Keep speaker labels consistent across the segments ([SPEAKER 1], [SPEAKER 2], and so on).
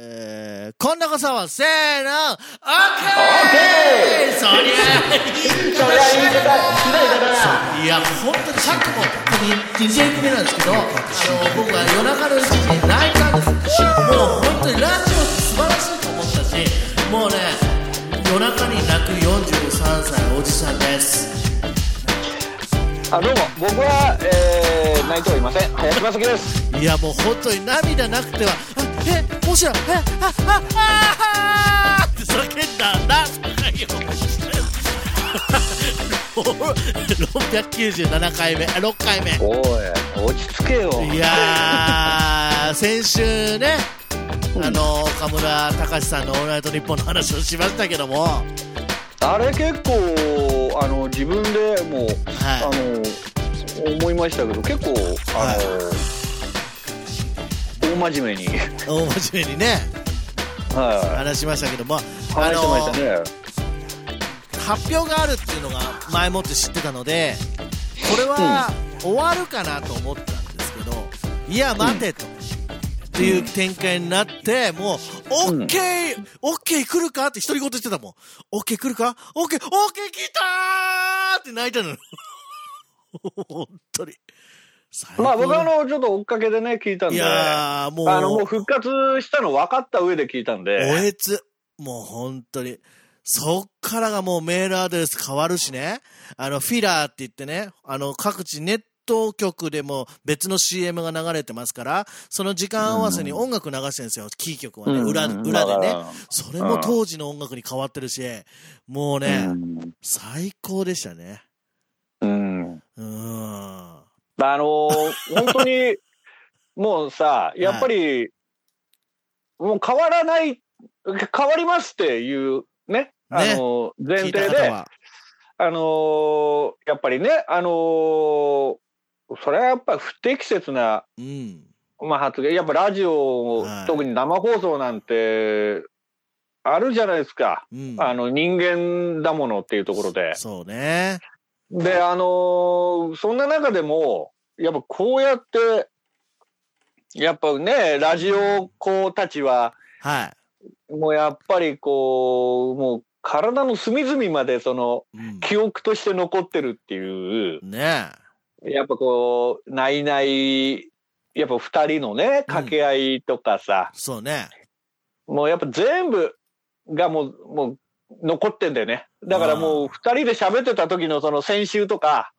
[SPEAKER 1] こんなこそは、せーの、オッケーそりゃいいかもしれないいや、本当にさっきも、ここに2戦目なんですけど、あの、僕は夜中の1時に泣いたんですし、もう本当にラジオって素晴らしいと思ったし、もうね、夜中に泣く43歳おじさんです。
[SPEAKER 2] あどうも僕は、えー、泣いてはいません林正樹です
[SPEAKER 1] いや、もう本当に涙なくては、あえ、もしや、え、あ、あ、ああーって叫んだんだ、高いよ。697回目、あ6回目。
[SPEAKER 2] おい落ち着けよ
[SPEAKER 1] いやー、先週ね、あの、岡村隆史さんのオールナイトニッポンの話をしましたけども、は
[SPEAKER 2] あれ結構あの自分でもう、
[SPEAKER 1] い。
[SPEAKER 2] あの思いましたけど結構あの、大真面目に
[SPEAKER 1] 大真面目にね、
[SPEAKER 2] は
[SPEAKER 1] 話しましたけども、
[SPEAKER 2] い
[SPEAKER 1] あ
[SPEAKER 2] 話してま
[SPEAKER 1] の
[SPEAKER 2] し、たね
[SPEAKER 1] 発表があるっていうのが前もって知ってたのでこれは終わるかなと思ったんですけどいや待てと、っていう展開になってもうオ
[SPEAKER 2] うん
[SPEAKER 1] ッケー、オッケー来るかって独り言言ってたもんオッケー来るかオッケーオッケー来たーって泣いたのよ 本当に最高
[SPEAKER 2] まあ僕はあのちょっと追っかけでね聞いたん
[SPEAKER 1] い
[SPEAKER 2] で
[SPEAKER 1] やーもう
[SPEAKER 2] あのもう復活したの分かった上で聞いたん
[SPEAKER 1] お
[SPEAKER 2] で
[SPEAKER 1] えつ。もう本当に。そっからがもうメールアドレス変わるしね。あの、フィラーって言ってね、あの、各地ネット局でも別の CM が流れてますから、その時間合わせに音楽流してるんですよ、キー局はね、
[SPEAKER 2] うん
[SPEAKER 1] 裏、裏で
[SPEAKER 2] だ
[SPEAKER 1] ね。
[SPEAKER 2] か
[SPEAKER 1] それも当時の音楽に変わってるし、もう
[SPEAKER 2] ら
[SPEAKER 1] ね、最高でしたね。
[SPEAKER 2] うんうん
[SPEAKER 1] うーん。
[SPEAKER 2] あのー本 当に、もうさ、やっぱり、もう変わらない、変わりますっていうね、あのー前
[SPEAKER 1] 聞
[SPEAKER 2] 提
[SPEAKER 1] いた
[SPEAKER 2] で、
[SPEAKER 1] 方は。
[SPEAKER 2] あのーやっぱりね、あのーそれはやっぱり不適切な、
[SPEAKER 1] うん。
[SPEAKER 2] まあ、発言、やっぱラジオ、
[SPEAKER 1] はい
[SPEAKER 2] 特に生放送なんて、あるじゃないですか、
[SPEAKER 1] うん。
[SPEAKER 2] あの人間だものっていうところで。
[SPEAKER 1] そうね。
[SPEAKER 2] で、あのーそんな中でも、やっぱこうやって、やっぱね、ラジオ子たちは、
[SPEAKER 1] は
[SPEAKER 2] もうやっぱりこう、もう体の隅々までその、
[SPEAKER 1] い。うん。
[SPEAKER 2] 記憶として残ってるっていう、
[SPEAKER 1] ね
[SPEAKER 2] やっぱこう、ないない、やっぱ二人のね、掛け合いとかさ、
[SPEAKER 1] そうね。
[SPEAKER 2] もうやっぱ全部がもう、もう残ってんだよね。だからもう二人で喋ってた時のその先週とか、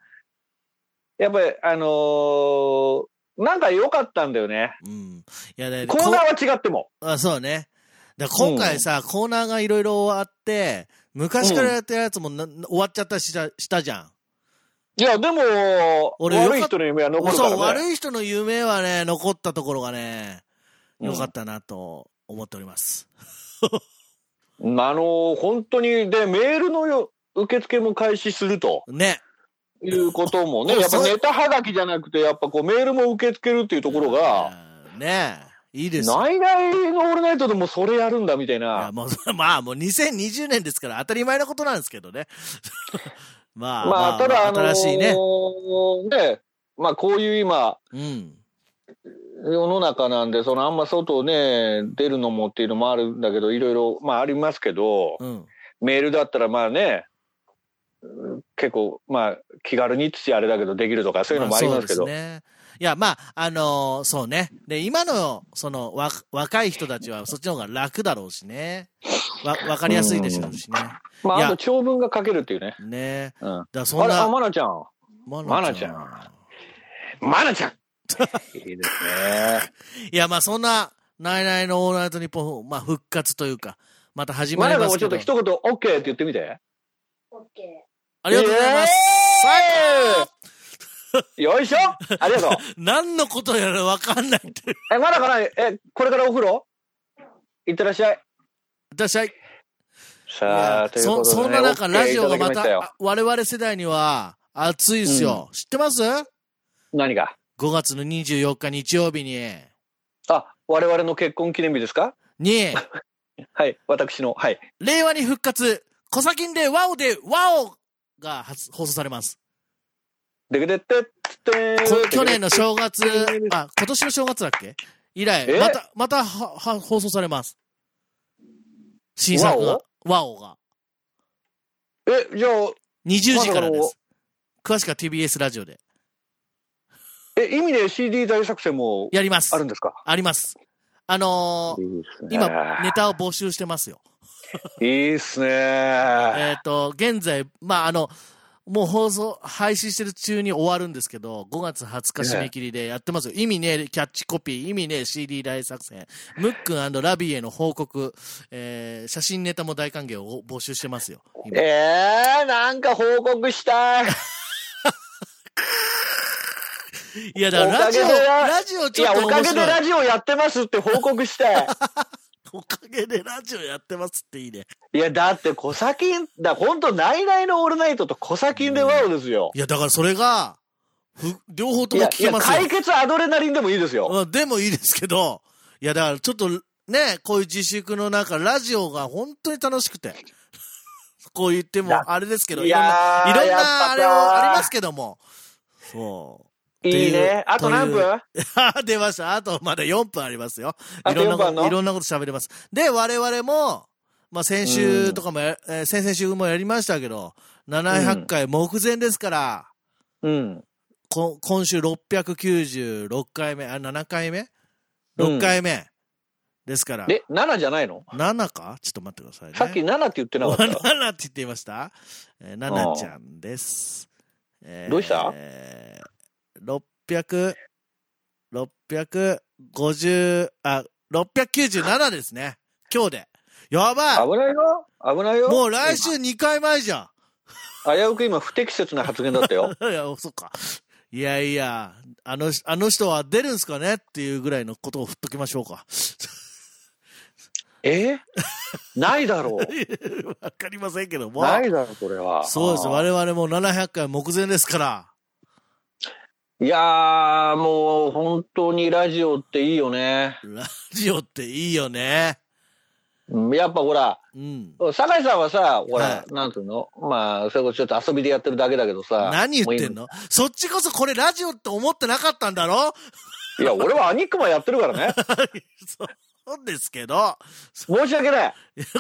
[SPEAKER 2] やっぱりあのーなんか良かったんだよね。
[SPEAKER 1] うん。いやね、
[SPEAKER 2] コーナーは違っても。
[SPEAKER 1] あ、そうね。だから今回さ、コーナーがいろいろ終わって、昔からやってるやつもな、終わっちゃったりしたしたじゃん。
[SPEAKER 2] いや、でも、
[SPEAKER 1] 俺
[SPEAKER 2] 悪い人の夢は残るから
[SPEAKER 1] そ
[SPEAKER 2] ね。
[SPEAKER 1] う、悪い人の夢はね、残ったところがね、良かったなと思っております。
[SPEAKER 2] うんあのー本当に、で、メールのよ受付も開始すると
[SPEAKER 1] ね。
[SPEAKER 2] いうこともね、
[SPEAKER 1] うん
[SPEAKER 2] やっぱ
[SPEAKER 1] そう
[SPEAKER 2] ネタはがきじゃなくて、やっぱこうメールも受け付けるっていうところが、
[SPEAKER 1] うん。ねいいですよ。
[SPEAKER 2] ないないのオールナイトでもそれやるんだみたい
[SPEAKER 1] い
[SPEAKER 2] な
[SPEAKER 1] や。もう まあ、もう2020年ですから当たり前のことなんですけどね。 まあ、
[SPEAKER 2] まあ、ただ、あのー
[SPEAKER 1] 新しいね。
[SPEAKER 2] ねまあ、こういう今、
[SPEAKER 1] うん。
[SPEAKER 2] 世の中なんで、そのあんま外をね、出るのもっていうのもあるんだけど、いろいろ、まあありますけど、
[SPEAKER 1] うん。
[SPEAKER 2] メールだったらまあね、うん結構、まあ気軽にっつってあれだけど、できるとかそういうのもありますけど、
[SPEAKER 1] あそうですね。いや、まあ、あのーそうね。で、今の、その、わ、若い人たちは、そっちの方が楽だろうしね。わ、わかりやすいでしょうしね。
[SPEAKER 2] ま
[SPEAKER 1] い
[SPEAKER 2] あ
[SPEAKER 1] や
[SPEAKER 2] あと長文が書けるっていうね。
[SPEAKER 1] ね
[SPEAKER 2] うん、あ
[SPEAKER 1] だからそん
[SPEAKER 2] れ、あ、
[SPEAKER 1] な、
[SPEAKER 2] まなちゃん。
[SPEAKER 1] ま
[SPEAKER 2] まなちゃんまなちゃ んいいですね。
[SPEAKER 1] いや、まあ、そんな、ナイナイのオールナイトニッポン、まあ、復活というか、また始ま
[SPEAKER 2] ま
[SPEAKER 1] り
[SPEAKER 2] なちゃ
[SPEAKER 1] ま
[SPEAKER 2] ん
[SPEAKER 1] す
[SPEAKER 2] もち
[SPEAKER 1] け
[SPEAKER 2] ょっ
[SPEAKER 1] ど
[SPEAKER 2] と。一言、OK って言ってみて。
[SPEAKER 1] ありがとうございます。最
[SPEAKER 2] よいしょありがとう。
[SPEAKER 1] 高何のことやらわかんないって。
[SPEAKER 2] え、まだかなえ、これからお風呂行ってらっしゃい。
[SPEAKER 1] 私は、い
[SPEAKER 2] さ
[SPEAKER 1] や
[SPEAKER 2] あ、というこ
[SPEAKER 1] そ
[SPEAKER 2] とで、ね。
[SPEAKER 1] そんな中、
[SPEAKER 2] OK
[SPEAKER 1] ラジオが
[SPEAKER 2] いただ
[SPEAKER 1] ま
[SPEAKER 2] きしたよ
[SPEAKER 1] た、あ我々世代には、熱いっすよ。知ってます
[SPEAKER 2] 何が
[SPEAKER 1] 5月の24日日曜日に、
[SPEAKER 2] あ、我々の結婚記念日ですか
[SPEAKER 1] に、
[SPEAKER 2] はい、私の、はい。
[SPEAKER 1] 令和に復活、コサキンでワオでワオが発放送されます。
[SPEAKER 2] でけでってって
[SPEAKER 1] こ去年の正月、あ、今年の正月だっけ以来、
[SPEAKER 2] え
[SPEAKER 1] また、またはは放送されます。新作
[SPEAKER 2] ワ
[SPEAKER 1] が
[SPEAKER 2] オ。
[SPEAKER 1] ワオが。
[SPEAKER 2] え、じゃあ、
[SPEAKER 1] 20時からで
[SPEAKER 2] まだ
[SPEAKER 1] す。詳しくは TBS ラジオで。
[SPEAKER 2] え、意味で CD 大作戦も
[SPEAKER 1] やります
[SPEAKER 2] あ。るんですか
[SPEAKER 1] あります。あのー
[SPEAKER 2] いいっすね
[SPEAKER 1] 今、ネタを募集してますよ。
[SPEAKER 2] いいっすね
[SPEAKER 1] えっ、と、現在、まあ、あの、もう放送、配信してる中に終わるんですけど、5月20日締め切りでやってますよ。意味ねえキャッチコピー、意味ねえ CD 大作戦、ムックンラビーへの報告、えー写真ネタも大歓迎を募集してますよ。今
[SPEAKER 2] えー、なんか報告したい。
[SPEAKER 1] いや、だからラジオ、
[SPEAKER 2] おかげでな
[SPEAKER 1] ラジオ
[SPEAKER 2] い
[SPEAKER 1] ちょ
[SPEAKER 2] や、
[SPEAKER 1] っと
[SPEAKER 2] おか
[SPEAKER 1] 面
[SPEAKER 2] げで
[SPEAKER 1] 白い。
[SPEAKER 2] ラジオやってますって報告したい。
[SPEAKER 1] おかげでラジオやってますっていいね。
[SPEAKER 2] いや、だって、コサキン、だ、ほんと、ナイナイのオールナイトとコサキンでワオですよ。
[SPEAKER 1] いや、だからそれが、ふ両方と
[SPEAKER 2] い
[SPEAKER 1] も
[SPEAKER 2] や、
[SPEAKER 1] 聞
[SPEAKER 2] い
[SPEAKER 1] け
[SPEAKER 2] や
[SPEAKER 1] ますよ。
[SPEAKER 2] 解決アドレナリンでもいいですよ。
[SPEAKER 1] うん、でもいいですけど、いや、だからちょっと、ね、こういう自粛の中、ラジオが本当に楽しくて。 こう言っても、あれですけど、いろんな、
[SPEAKER 2] や
[SPEAKER 1] いろん
[SPEAKER 2] やっ
[SPEAKER 1] な、
[SPEAKER 2] ぱ
[SPEAKER 1] あれ
[SPEAKER 2] さ
[SPEAKER 1] もありますけども。そ
[SPEAKER 2] いいね。あと何
[SPEAKER 1] とい
[SPEAKER 2] 分
[SPEAKER 1] う。あ 出ました。あと、まだ4分ありますよ。
[SPEAKER 2] あ
[SPEAKER 1] いろんな
[SPEAKER 2] と4分あん
[SPEAKER 1] こ
[SPEAKER 2] の
[SPEAKER 1] と、いろんなこと喋れます。で、我々も、まあ、先週とかもや、えー先々週もやりましたけど、700回目前ですから、
[SPEAKER 2] うん。
[SPEAKER 1] こ今週696回目、あ、7回目
[SPEAKER 2] うん
[SPEAKER 1] ?6 回目、ですから。
[SPEAKER 2] で、7じゃないの
[SPEAKER 1] 7かちょっと待ってくださいね。
[SPEAKER 2] さっき7って言ってなか った。
[SPEAKER 1] 7って言っていましたえー、7ちゃんです。え
[SPEAKER 2] どうした
[SPEAKER 1] えー、600、650、あ、697ですね。今日で。やばい
[SPEAKER 2] 危ないよ。危ないよ。
[SPEAKER 1] もう来週2回前じゃ
[SPEAKER 2] 危うく今、不適切な発言だっ たよ。
[SPEAKER 1] んいや、そっか。いやいや、あの、あの人は出るんすかねっていうぐらいのことを振っときましょうか。
[SPEAKER 2] えないだ ろう。
[SPEAKER 1] わかりませんけども。
[SPEAKER 2] ないだろう、これは。
[SPEAKER 1] そうです。我々も700回目前ですから。
[SPEAKER 2] いやー、もう、本当にラジオっていいよね。
[SPEAKER 1] ラジオっていいよね。
[SPEAKER 2] うんやっぱほら、
[SPEAKER 1] うん。
[SPEAKER 2] 酒井さんはさ、ほら、
[SPEAKER 1] は
[SPEAKER 2] なんていうのまあ、それこそちょっと遊びでやってるだけだけどさ。
[SPEAKER 1] 何言ってん
[SPEAKER 2] も
[SPEAKER 1] のそっちこそこれラジオって思ってなかったんだろ
[SPEAKER 2] ういいいや、俺はアニックマやってるから ね。
[SPEAKER 1] そうですけど、
[SPEAKER 2] 申し訳ない。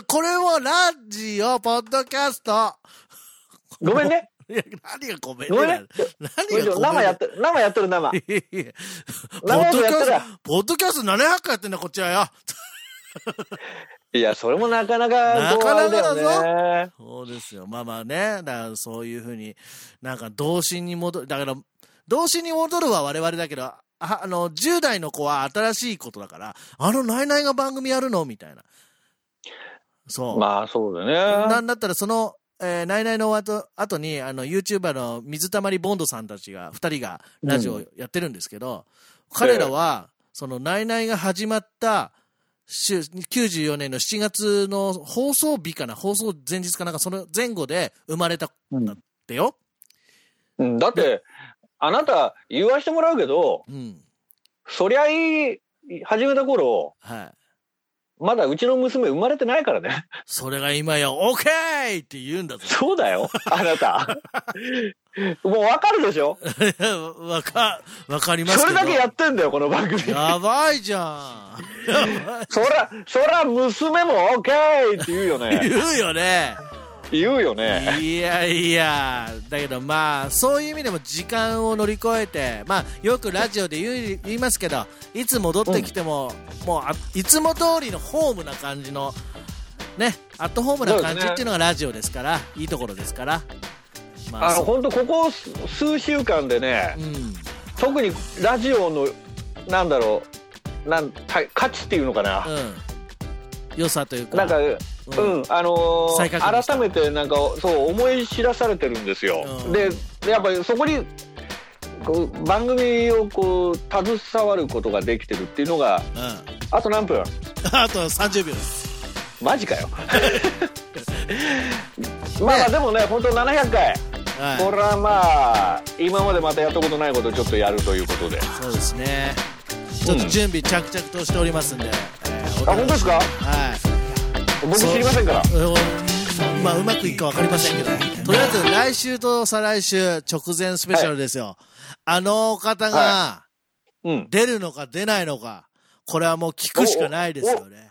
[SPEAKER 1] これをラジオ、ポッドキャスト。
[SPEAKER 2] ごめ んね。
[SPEAKER 1] いや、何がごめん
[SPEAKER 2] ごめん
[SPEAKER 1] ね
[SPEAKER 2] ね。。
[SPEAKER 1] 何がごめんね
[SPEAKER 2] 生やってる、生やってる生。
[SPEAKER 1] いやいやポ
[SPEAKER 2] 生
[SPEAKER 1] ッド
[SPEAKER 2] 放送
[SPEAKER 1] キ
[SPEAKER 2] や
[SPEAKER 1] ャス
[SPEAKER 2] ってる
[SPEAKER 1] ト、ポッドキャスト700回やってんだ、こっちはよ。
[SPEAKER 2] いや、それもなかなか、
[SPEAKER 1] なかなかだぞ
[SPEAKER 2] こうあれよね。
[SPEAKER 1] そうですよ。まあまあね。だからそういうふうに、なんか童心に戻る。だから、童心に戻るは我々だけど、ああの、10代の子は新しいことだから、あの、ナイナイが番組やるのみたいな。そう。
[SPEAKER 2] まあ、そうだ
[SPEAKER 1] な
[SPEAKER 2] ね。
[SPEAKER 1] んだったらその、えーナイナイの後後に、あの、YouTuber の水溜りボンドさんたちが、二人がラジオをやってるんですけど、彼らは、その、ナイナイが始まった、週94年の7月の放送日かな、放送前日かなんか、その前後で生まれたんだってよ。
[SPEAKER 2] うんだって、あなた、言わしてもらうけど、
[SPEAKER 1] うん。
[SPEAKER 2] そりゃいい、始めた頃、
[SPEAKER 1] はい。
[SPEAKER 2] まだうちの娘生まれてないか らね。
[SPEAKER 1] それが今や、オーケーって言うんだぞ。
[SPEAKER 2] そうだよ、あなた。もうわかるでしょ
[SPEAKER 1] わか、わかりますけ
[SPEAKER 2] そ
[SPEAKER 1] ど。
[SPEAKER 2] れだけやってんだよ、この番組。
[SPEAKER 1] やばいじゃん。 やばい。
[SPEAKER 2] そら、そら、娘も OK! って言うよ ね。
[SPEAKER 1] 言うよね。
[SPEAKER 2] 言うよね。
[SPEAKER 1] いやいや、だけどまあ、そういう意味でも時間を乗り越えて、まあ、よくラジオで言う言いますけど、いつ戻ってきても、もうあ、いつも通りのホームな感じの、ね、アットホームな感じっていうのがラジオですから、いいところですから。ま
[SPEAKER 2] あの、
[SPEAKER 1] そ
[SPEAKER 2] ほんと、ここ数数週間でね
[SPEAKER 1] う、うん。
[SPEAKER 2] 特にラジオの、なんだろう、なん、た価値っていうのかな。
[SPEAKER 1] うん。良さというか。
[SPEAKER 2] なんか、うん、
[SPEAKER 1] うん
[SPEAKER 2] あのー
[SPEAKER 1] 再確認した
[SPEAKER 2] 改めてなんか、そう、思い知らされてるんですよ。
[SPEAKER 1] うん
[SPEAKER 2] で、やっぱりそこに、こう番組をこう携わることができてるっていうのが
[SPEAKER 1] うん。
[SPEAKER 2] あと何分
[SPEAKER 1] あと30秒です。
[SPEAKER 2] マジ かよまあまあでもね本当700回こ
[SPEAKER 1] は
[SPEAKER 2] れはまあ今までまたやったことないことをちょっとやるということで
[SPEAKER 1] い。そうですね。ちょっと準備着々としておりますんで。えーお
[SPEAKER 2] あ
[SPEAKER 1] 楽しみ
[SPEAKER 2] 本当ですか
[SPEAKER 1] はい。
[SPEAKER 2] 僕知りませんから
[SPEAKER 1] うんまあうまくいくか分かりませんけどとりあえず来週と再来週直前スペシャルですよ、あのお方が
[SPEAKER 2] うん
[SPEAKER 1] 出るのか出ないのかこれはもう聞くしかないですよね